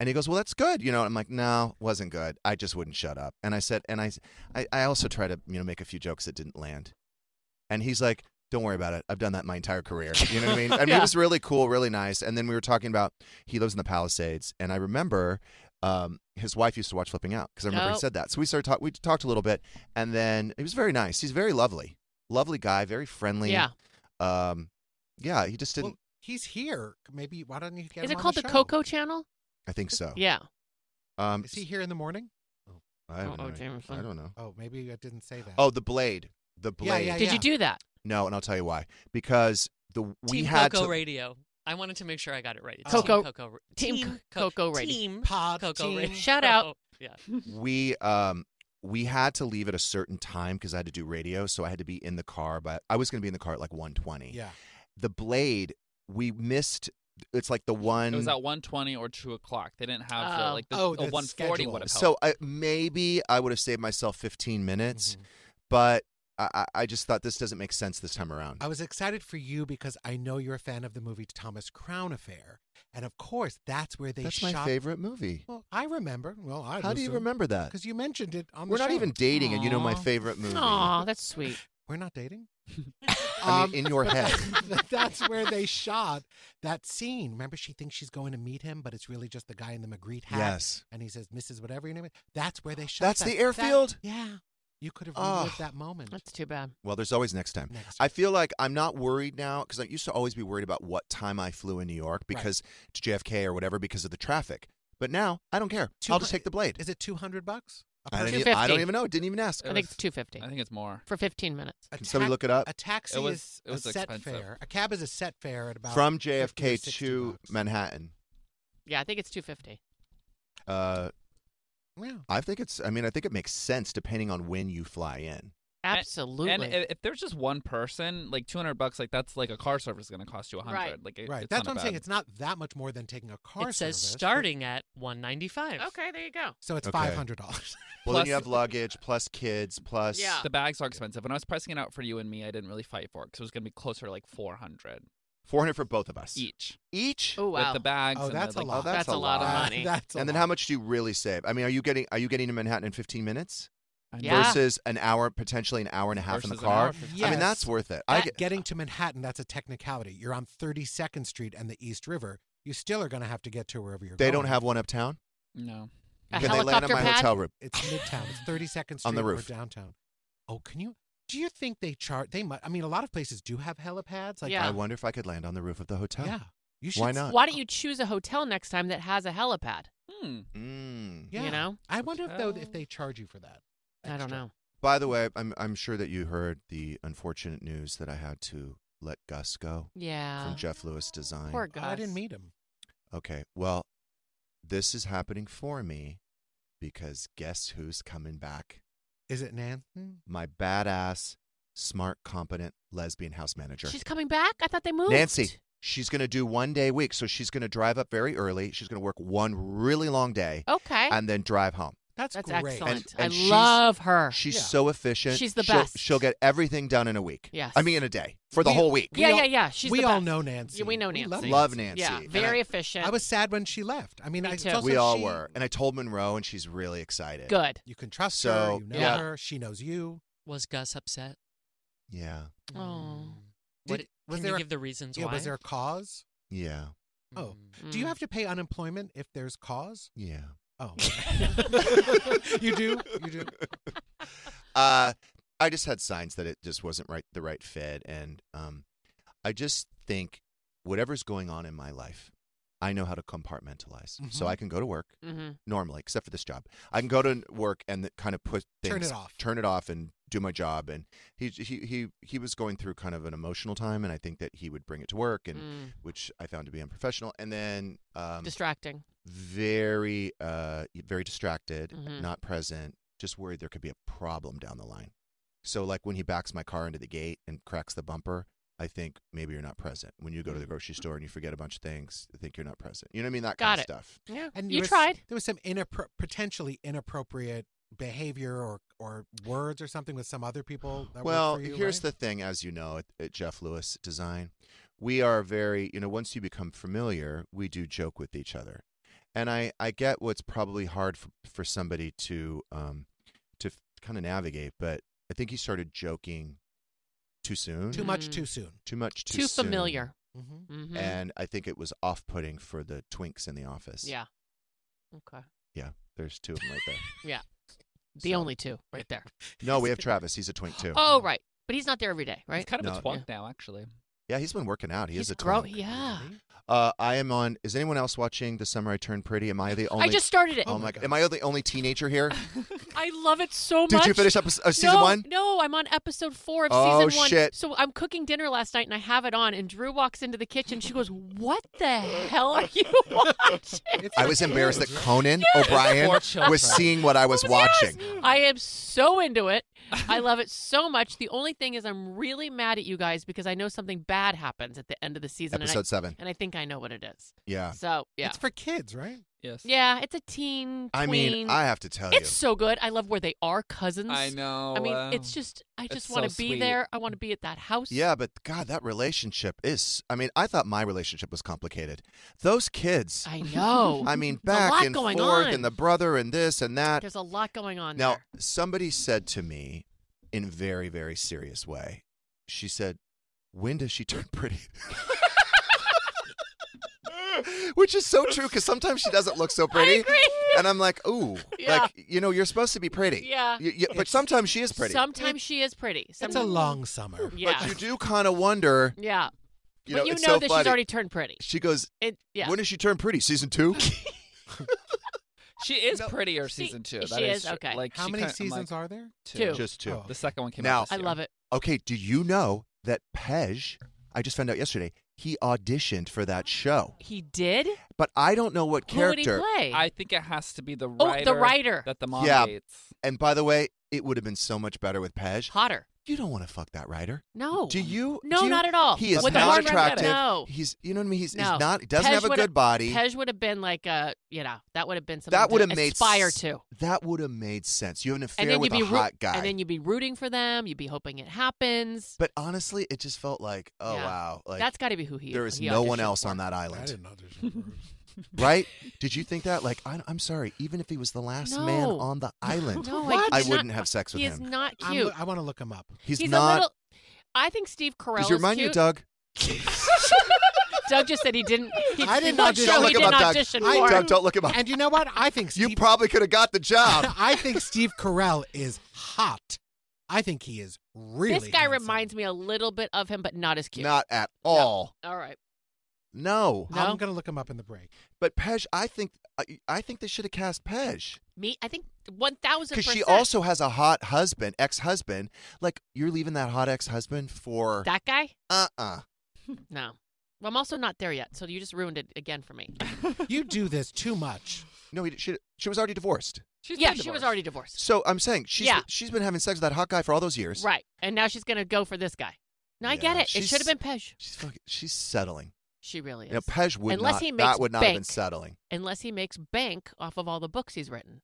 B: And he goes, Well, that's good. You know, I'm like, No, wasn't good. I just wouldn't shut up. And I said, And I, I, I also try to, you know, make a few jokes that didn't land. And he's like, don't worry about it. I've done that my entire career. You know what I mean? I mean,
K: Yeah.
B: it was really cool, really nice. And then we were talking about he lives in the Palisades, and I remember um, his wife used to watch Flipping Out because I remember
K: Oh.
B: he said that. So we started talk. We talked a little bit, and then he was very nice. He's very lovely, lovely guy, very friendly.
E: Yeah.
B: Um, yeah. He just didn't.
F: Well, he's here. Maybe why don't you get
E: Is
F: him
E: it
F: on
E: called the,
F: show?
E: Coco Channel?
B: I think so.
E: Yeah.
B: Um,
F: Is he here in the morning?
B: I, have no
F: Uh-oh,
B: idea.
F: Jameson.
B: I don't know.
F: Oh, maybe I didn't say that.
B: Oh, the blade. The blade.
F: Yeah, yeah, Did you yeah.
E: do that?
B: No, and I'll tell you why. Because the we
H: Team
B: had
H: Coco
B: to.
H: Radio. I wanted to make sure I got it right. It's
E: Coco-
H: Team Coco. Ra-
E: Team
H: Co-
E: Coco Radio.
H: Team
F: Pod
H: Coco
E: team.
H: Radio. Oh,
E: Shout out.
H: Yeah.
B: we um we had to leave at a certain time because I had to do radio, so I had to be in the car. But I was going to be in the car at like one twenty.
F: Yeah.
B: The blade we missed. It's like the one.
G: It was at 1.20 or 2 o'clock. They didn't have the,
B: Oh.
G: like the,
B: Oh,
G: a
B: the
G: 1.40
B: schedule.
G: would have helped.
B: So I, maybe I would have saved myself fifteen minutes,
F: Mm-hmm.
B: but I, I- I just thought this doesn't make sense this time around.
F: I was excited for you because I know you're a fan of the movie Thomas Crown Affair, and of course that's where they.
B: That's my
F: shot...
B: favorite movie.
F: Well, I remember. Well, I
B: How do you remember that?
F: Because you mentioned it on the
B: We're not
F: show.
B: even dating, and you know my favorite movie.
E: Aw, that's sweet.
F: We're not dating.
B: I mean, in your
F: but
B: head.
F: that- that's where they shot that scene. Remember, she thinks she's going to meet him, but it's really just the guy in the Magritte hat.
B: Yes.
F: And he says, "Mrs. Whatever your name is." That's where they shot.
B: That's
F: that.
B: the
F: That-
B: airfield?
F: yeah. You could have
B: Oh.
F: relived that moment.
E: That's too bad.
B: Well, there's always next time. I feel like I'm not worried now because I used to always be worried about what time I flew in New York because to JFK or whatever because of the traffic. But now I don't care. I'll just take the blade.
F: Is it two hundred bucks?
B: I don't, even,
E: 250.
B: I don't even know. Didn't even ask.
E: I think it's two fifty.
G: I think it's more.
E: for fifteen minutes.
B: Can somebody look it up?
F: A taxi
G: It was-
F: is
G: it was
F: a set
G: expensive.
F: fare. A cab is a set fare at about
B: From
F: 50 or
B: JFK
F: 60
B: to Manhattan.
E: Yeah, I think it's two fifty.
B: Uh, I think it's. I mean, I think it makes sense depending on when you fly in.
G: And-
E: Absolutely.
G: And, i- if there's just one person, like 200 bucks, like that's like a car service is going to cost you 100.
E: Right.
G: Like it-
F: right.
G: it's
F: That's
G: not
F: what I'm
G: a
F: saying.
G: bad-
F: It's not that much more than taking a car.
H: it says
F: service.
H: starting at 195
E: Okay, there you go.
F: So it's
B: Okay.
F: five hundred dollars.
B: Well,
G: Plus-
B: then you have luggage plus kids plus.
E: Yeah.
G: The bags are expensive. When I was pricing it out for you and me, I didn't really fight for it because it was going to be closer to like 400
B: Four hundred for both of us
G: each.
B: Each.
E: Oh wow.
G: With the bags.
F: Oh,
G: and the,
F: that's a
G: like-
F: lot.
B: that's
E: That's a lot of money.
F: That's a
B: and then
F: lot.
B: how much do you really save? I mean, are you getting are you getting to Manhattan in 15 minutes
G: I
E: Yeah.
B: versus an hour, potentially an hour and a half in the
G: Versus an hour
B: car?
G: and fifteen.
B: I mean, that's
F: Yes.
B: worth it. I
F: That,
B: get,
F: getting to Manhattan, that's a technicality. You're on 32nd Street and the East River. You still are going to have to get to wherever you're
B: they don't
F: going.
B: have one uptown.
G: No.
E: A
B: Can they land on
E: helicopter
B: my
E: pad?
B: hotel room?
F: It's Midtown. It's 32nd Street
B: On the roof.
F: or downtown. Oh, can you? Do you think they chart? They might. I mean, a lot of places do have helipads. Like,
E: Yeah.
B: I wonder if I could land on the roof of the hotel.
F: yeah. You should.
B: Why
F: s-
B: not?
E: Why don't you choose a hotel next time that has a helipad?
G: Hmm.
B: Mm.
F: Yeah.
E: you know? Oh.
F: I wonder if though if
G: Hotel.
F: they charge you for that.
E: I don't
F: extra.
E: know.
B: By the way, I'm I'm sure that you heard the unfortunate news that I had to let Gus go
E: Yeah.
B: from Jeff Lewis Design.
E: Poor
F: Oh,
E: Gus.
F: I didn't meet him.
B: Okay. Well, this is happening for me because guess who's coming back?
F: Is it Nan? Hmm.
B: My badass, smart, competent lesbian house manager.
E: She's coming back. I thought they moved.
B: Nancy, she's going to do one day a week. So she's going to drive up very early. She's going to work one really long day
E: Okay.
B: and then drive home.
F: That's,
E: That's
F: great.
E: excellent.
B: And- and
E: I
B: she's-
E: love her.
B: She's
F: Yeah.
B: so efficient.
E: She's the
B: she'll,
E: best.
B: She'll get everything done in a week.
E: Yes.
B: I mean, in a day for the
F: We-
B: whole week.
F: we
E: yeah,
F: all-
E: yeah, yeah. She's
F: we
E: the
F: all
E: best.
F: know Nancy.
E: Yeah, we know
F: We
E: Nancy.
F: love
B: Love Nancy.
E: Yeah,
B: And
E: very
B: I-
E: efficient.
F: I was sad when she left. I mean,
E: Me
F: I
E: too.
F: it's also
B: we all
F: she-
B: were. And I told Monroe, and she's really excited.
E: good.
F: You can trust
B: So,
F: her. You know
E: yeah.
F: her. She knows you.
H: was gus upset
B: Yeah.
E: Oh.
H: what
F: Mm. Did- was
H: can
F: there
H: you
F: a-
H: give the reasons
F: Yeah,
H: why
F: was there a cause?
B: Yeah.
F: Oh,
H: Mm.
F: do you have to pay unemployment if there's cause?
B: Yeah.
F: Oh, you do. You do.
B: Uh, I just had signs that it just wasn't right, the right fit, and um, I just think whatever's going on in my life, I know how to compartmentalize. So
F: Mhm.
B: I can go to work
E: Mm-hmm.
B: normally, except for this job. I can go to work and th- kind of put things,
F: Turn it off.
B: turn it off, and do my job. And he he he he was going through kind of an emotional time, and I think that he would bring it to work, and
E: Mm.
B: which I found to be unprofessional. And then um,
E: Distracting.
B: very uh very distracted
E: Mhm.
B: not present just worried there could be a problem down the line so like when he backs my car into the gate and cracks the bumper i think maybe you're not present when you go to the grocery store and you forget a bunch of things i think you're not present you know what i mean that
E: Got
B: kind
E: it.
B: of stuff
E: Yeah.
F: And
E: you
F: was-
E: tried.
F: There was some inappro- potentially inappropriate behavior or or words or something with some other people. That
B: well
F: work for you,
B: here's
F: right?
B: the thing as you know at, at jeff lewis design we are very you know once you become familiar we do joke with each other and i i get what's probably hard for, for somebody to um to kind of navigate but i think he started joking too soon
F: too
E: Mm.
F: much too soon.
B: too much too,
E: Too,
B: soon.
E: familiar.
F: hmm
E: Mm-hmm.
B: and i think it was off-putting for the twinks in the office
E: yeah. Okay.
B: yeah there's two of them right there
E: Yeah. The
B: So-
E: only two right there.
B: no we have travis he's a twink too
E: Oh, right. But he's not there every day, right?
G: He's kind of a
B: No.
G: twunk now, actually.
B: yeah he's been working out he
E: he's
B: is a
E: grow-
B: twink
E: Yeah.
F: Really?
B: Uh, I am on. Is anyone else watching The Summer I Turned Pretty? Am I the only?
E: I just started it.
B: Oh my! God. Am I the only teenager here?
E: I love it so
B: Did
E: much.
B: you finish up uh, season
E: no,
B: one?
E: No, I'm on episode four of
B: Oh,
E: season one.
B: shit.
E: So I'm cooking dinner last night and I have it on, and Drew walks into the kitchen. She goes, What the hell are you watching?
F: It's
B: I
F: for
B: was embarrassed that
F: kids, right?
B: Conan
G: Poor
B: O'Brien
G: children.
B: was seeing what I was watching.
E: I am so into it. I love it so much. The only thing is, I'm really mad at you guys because I know something bad happens at the end of the season. and I-
B: Episode seven.
E: and I think I know what it is.
B: Yeah.
E: So yeah,
F: It's for kids, right?
G: Yes.
E: yeah, it's a teen.
B: I mean,
E: tween.
B: I have to tell you,
E: it's so good. I love where they are cousins.
G: I know.
E: I mean,
G: uh,
E: it's just I just
G: so
E: want to be
G: sweet.
E: there. I want to be at that house.
B: Yeah, but God, that relationship is. I mean, I thought my relationship was complicated. Those kids.
E: I know.
B: I mean,
E: There's a
B: back
E: lot
B: and
E: going
B: forth,
E: on.
B: and the brother, and this and that.
E: There's a lot going on
B: Now,
E: there.
B: somebody said to me in a very, very serious way, she said, When does she turn pretty? Which is so true because sometimes she doesn't look so pretty.
E: agree.
B: And I'm like, Ooh,
E: Yeah.
B: like, you know, you're supposed to be pretty.
E: Yeah.
B: You- you- but
F: It's-
B: sometimes she is pretty.
E: Sometimes she is pretty.
F: It's
E: Sometimes,
F: a long summer.
E: Yeah.
B: But you do kind of wonder,
E: yeah.
B: you
E: but
B: know,
E: you know
B: it's so
E: that
B: funny.
E: she's already turned pretty.
B: she goes,
E: It, yeah.
B: When does she turn pretty? Season two?
G: she is
B: No.
G: prettier
E: She-
G: season two.
E: she
G: That is
E: is,
G: true.
E: okay.
G: Like
F: How
G: she
F: many
G: kinda- I'm like,
F: seasons are there?
E: Two.
B: Just two.
F: Oh.
G: The second one came
B: Now-
G: out.
E: I love it.
B: Okay, do you know that Pej, I just found out yesterday, he auditioned for that show.
E: He did?
B: But I don't know what
E: Who would he
B: character.
E: play?
G: I think it has to be the
E: Oh, the
G: writer.
E: writer.
G: That the mom
B: yeah.
G: hates.
B: And by the way, it would have been so much better with Pej.
E: Hotter.
B: You don't want to fuck that writer.
E: No.
B: Do you?
E: No,
B: do you-
E: not at all.
B: He is
E: With the
B: not
E: one redhead,
B: attractive.
E: no.
B: He's, you know what I mean? He's,
E: No.
B: he's not. He doesn't
E: Pej
B: have a
E: would
B: good body.
E: Pej would have been like a, you know, that would have been something
B: that would
E: to
B: have made
E: aspire
B: s-
E: to.
B: That would have made sense. You have an
E: And
B: affair
E: then
B: with
E: you'd
B: a
E: be roo-
B: hot guy.
E: and then you'd be rooting for them. You'd be hoping it happens.
B: but honestly, it just felt like, oh
E: Yeah.
B: wow, like
E: That's got to be who he.
B: there is
E: he
B: no
E: auditioned
B: one else
E: for.
B: on that
F: I
B: island,
F: didn't audition.
B: right? Did you think that? Like, I, I'm sorry, even if he was the last man
E: No.
B: on the island,
E: No,
B: I,
E: I did not-
B: wouldn't have sex with
E: he
B: him.
E: is not
F: I'm-
E: cute.
F: I want to look him up.
B: he's,
E: He's
B: not.
E: a little. I think Steve Carell
B: does your
E: is
B: mind you,
E: cute.
B: Doug?
E: Doug just said he didn't. He,
F: I didn't
E: he- what
F: audition.
E: show
F: Don't
E: he
F: look
E: didn't
B: him up, Doug.
E: audition
B: I
E: for.
B: Doug, don't look him up.
F: And you know what? I think
B: You
F: Steve,
B: probably could have got the job.
F: I think Steve Carell is hot. I think he is really.
E: this guy
F: handsome.
E: reminds me a little bit of him, but not as cute.
B: not at all.
E: All right.
B: No.
E: No?
F: I'm gonna look him up in the break.
B: But Pej, I think I, I think they should have cast Pej
E: Me, I think one thousand.
B: because she also has a hot husband, ex-husband. Like you're leaving that hot ex-husband for
E: that guy.
B: uh-uh.
E: No, well, I'm also not there yet. So you just ruined it again for me.
F: You do this too much.
B: No, he, she she was already divorced.
G: She's
E: yeah,
G: been
E: she was
G: divorced.
E: already divorced.
B: So I'm saying she's
E: Yeah.
B: she's been having sex with that hot guy for all those years.
E: Right, and now she's gonna go for this guy. No, I get
B: Yeah,
E: it. It
B: she's-
E: should have been Pej.
B: She's fucking, she's settling.
E: She really
B: You
E: is.
B: know, Pej would
E: Unless
B: not
E: he makes
B: that would not have been
E: bank.
B: settling.
E: Unless he makes bank off of all the books he's written,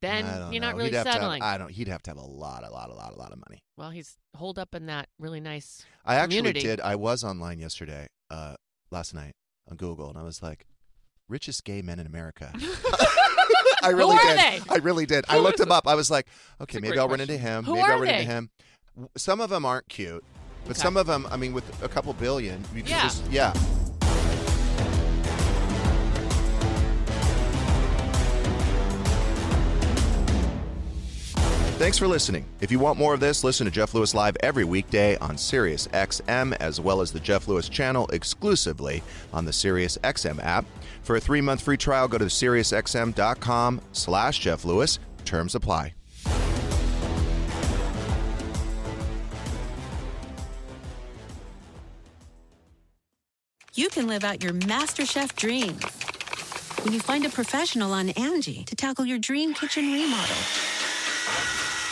E: then
B: I don't
E: you're not
B: know.
E: really
B: he'd have to have-
E: settling.
B: I don't. He'd have to have a lot, a lot, a lot, a lot of money.
E: Well, he's holed up in that really nice.
B: I actually
E: community.
B: did. I was online yesterday, uh, last night on Google, and I was like, richest gay men in America. I
E: Who
B: really
E: are
B: did.
E: they?
B: I really did. I
G: Who
B: looked
G: is
B: him up. I was like, okay,
G: a
B: maybe
G: great
B: I'll run
G: question.
B: into him.
E: Who
B: maybe
E: are
B: I'll run
E: they?
B: into him. W- Some of them aren't cute, but
E: Okay.
B: some of them, I mean, with a couple billion, you can
E: Yeah.
B: just, yeah. Thanks for listening. If you want more of this, listen to Jeff Lewis Live every weekday on Sirius XM, as well as the Jeff Lewis channel exclusively on the Sirius XM app. For a three-month free trial, go to SiriusXM.com slash Jeff Lewis. Terms apply.
J: You can live out your MasterChef dreams when you find a professional on Angie to tackle your dream kitchen remodel.